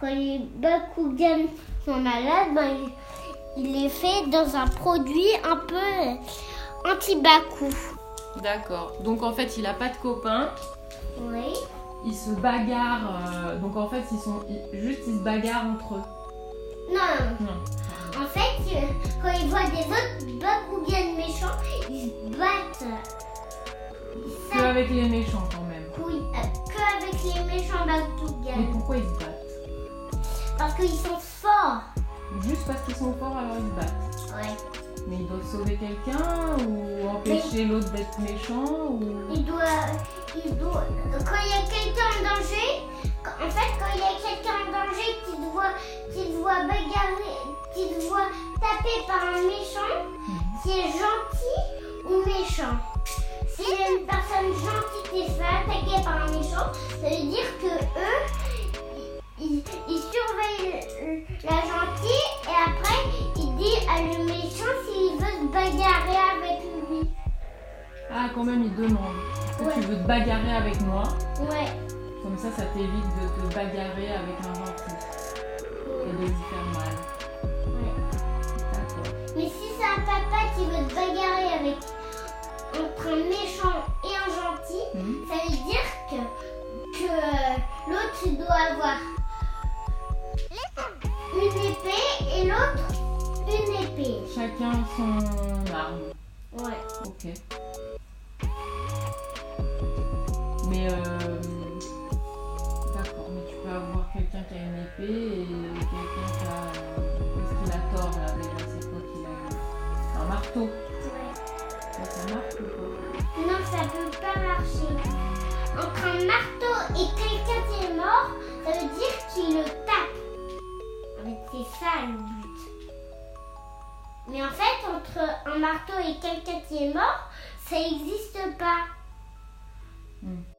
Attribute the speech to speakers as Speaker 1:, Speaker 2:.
Speaker 1: quand les Bakugan sont malades, ben, il, il les fait dans un produit un peu anti-Baku.
Speaker 2: D'accord. Donc en fait, il a pas de copain.
Speaker 1: Oui.
Speaker 2: Ils se bagarrent. euh, donc en fait, ils sont ils- juste ils se bagarrent entre eux.
Speaker 1: Non,
Speaker 2: Non.
Speaker 1: en fait, euh, quand ils voient des autres Bakugan méchants, ils se battent.
Speaker 2: Que avec les méchants quand même.
Speaker 1: Oui, euh, que avec les méchants
Speaker 2: Mais
Speaker 1: Bakugan.
Speaker 2: pourquoi ils se battent
Speaker 1: Parce qu'ils sont forts.
Speaker 2: Juste parce qu'ils sont forts alors ils se battent.
Speaker 1: Ouais.
Speaker 2: Mais ils doivent sauver quelqu'un ou empêcher l'autre d'être méchant ou.
Speaker 1: Il doit, il doit. Quand il y a quelqu'un en danger, quand- en fait, quand il y a quelqu'un en danger qui te voit, qui te voit bagarrer, qui te voit taper par un méchant, qui est gentil ou méchant. Si une personne gentille qui se fait attaquer par un méchant, ça veut dire que eux, ils, ils surveillent le- la gentille et après, ils disent à le méchant s'il veut se bagarrer avec lui.
Speaker 2: Ah quand même ils demandent. Est-ce que tu
Speaker 1: Ouais.
Speaker 2: veux te bagarrer avec moi
Speaker 1: Ouais.
Speaker 2: Comme ça ça t'évite de te bagarrer avec un gentil et de lui faire mal.
Speaker 1: Ouais.
Speaker 2: D'accord.
Speaker 1: Mais si c'est un papa qui veut se bagarrer avec entre un méchant et un gentil,
Speaker 2: Mhm.
Speaker 1: ça veut dire que, que euh, l'autre doit avoir une épée et l'autre une épée.
Speaker 2: Chacun son arme.
Speaker 1: Ouais.
Speaker 2: Ok. Mais euh, d'accord, mais tu peux avoir quelqu'un qui a une épée et quelqu'un qui a euh, qu'est-ce qu'il a tort là déjà c'est quoi qu'il a un marteau.
Speaker 1: ouais.
Speaker 2: Ça ça marche ou pas
Speaker 1: Non, ça peut pas marcher. Entre un marteau et quelqu'un qui est mort, ça veut dire qu'il le tape. Ah, Mais c'est ça le but. Mais en fait, entre un marteau et quelqu'un qui est mort, ça n'existe pas.
Speaker 2: Hmm.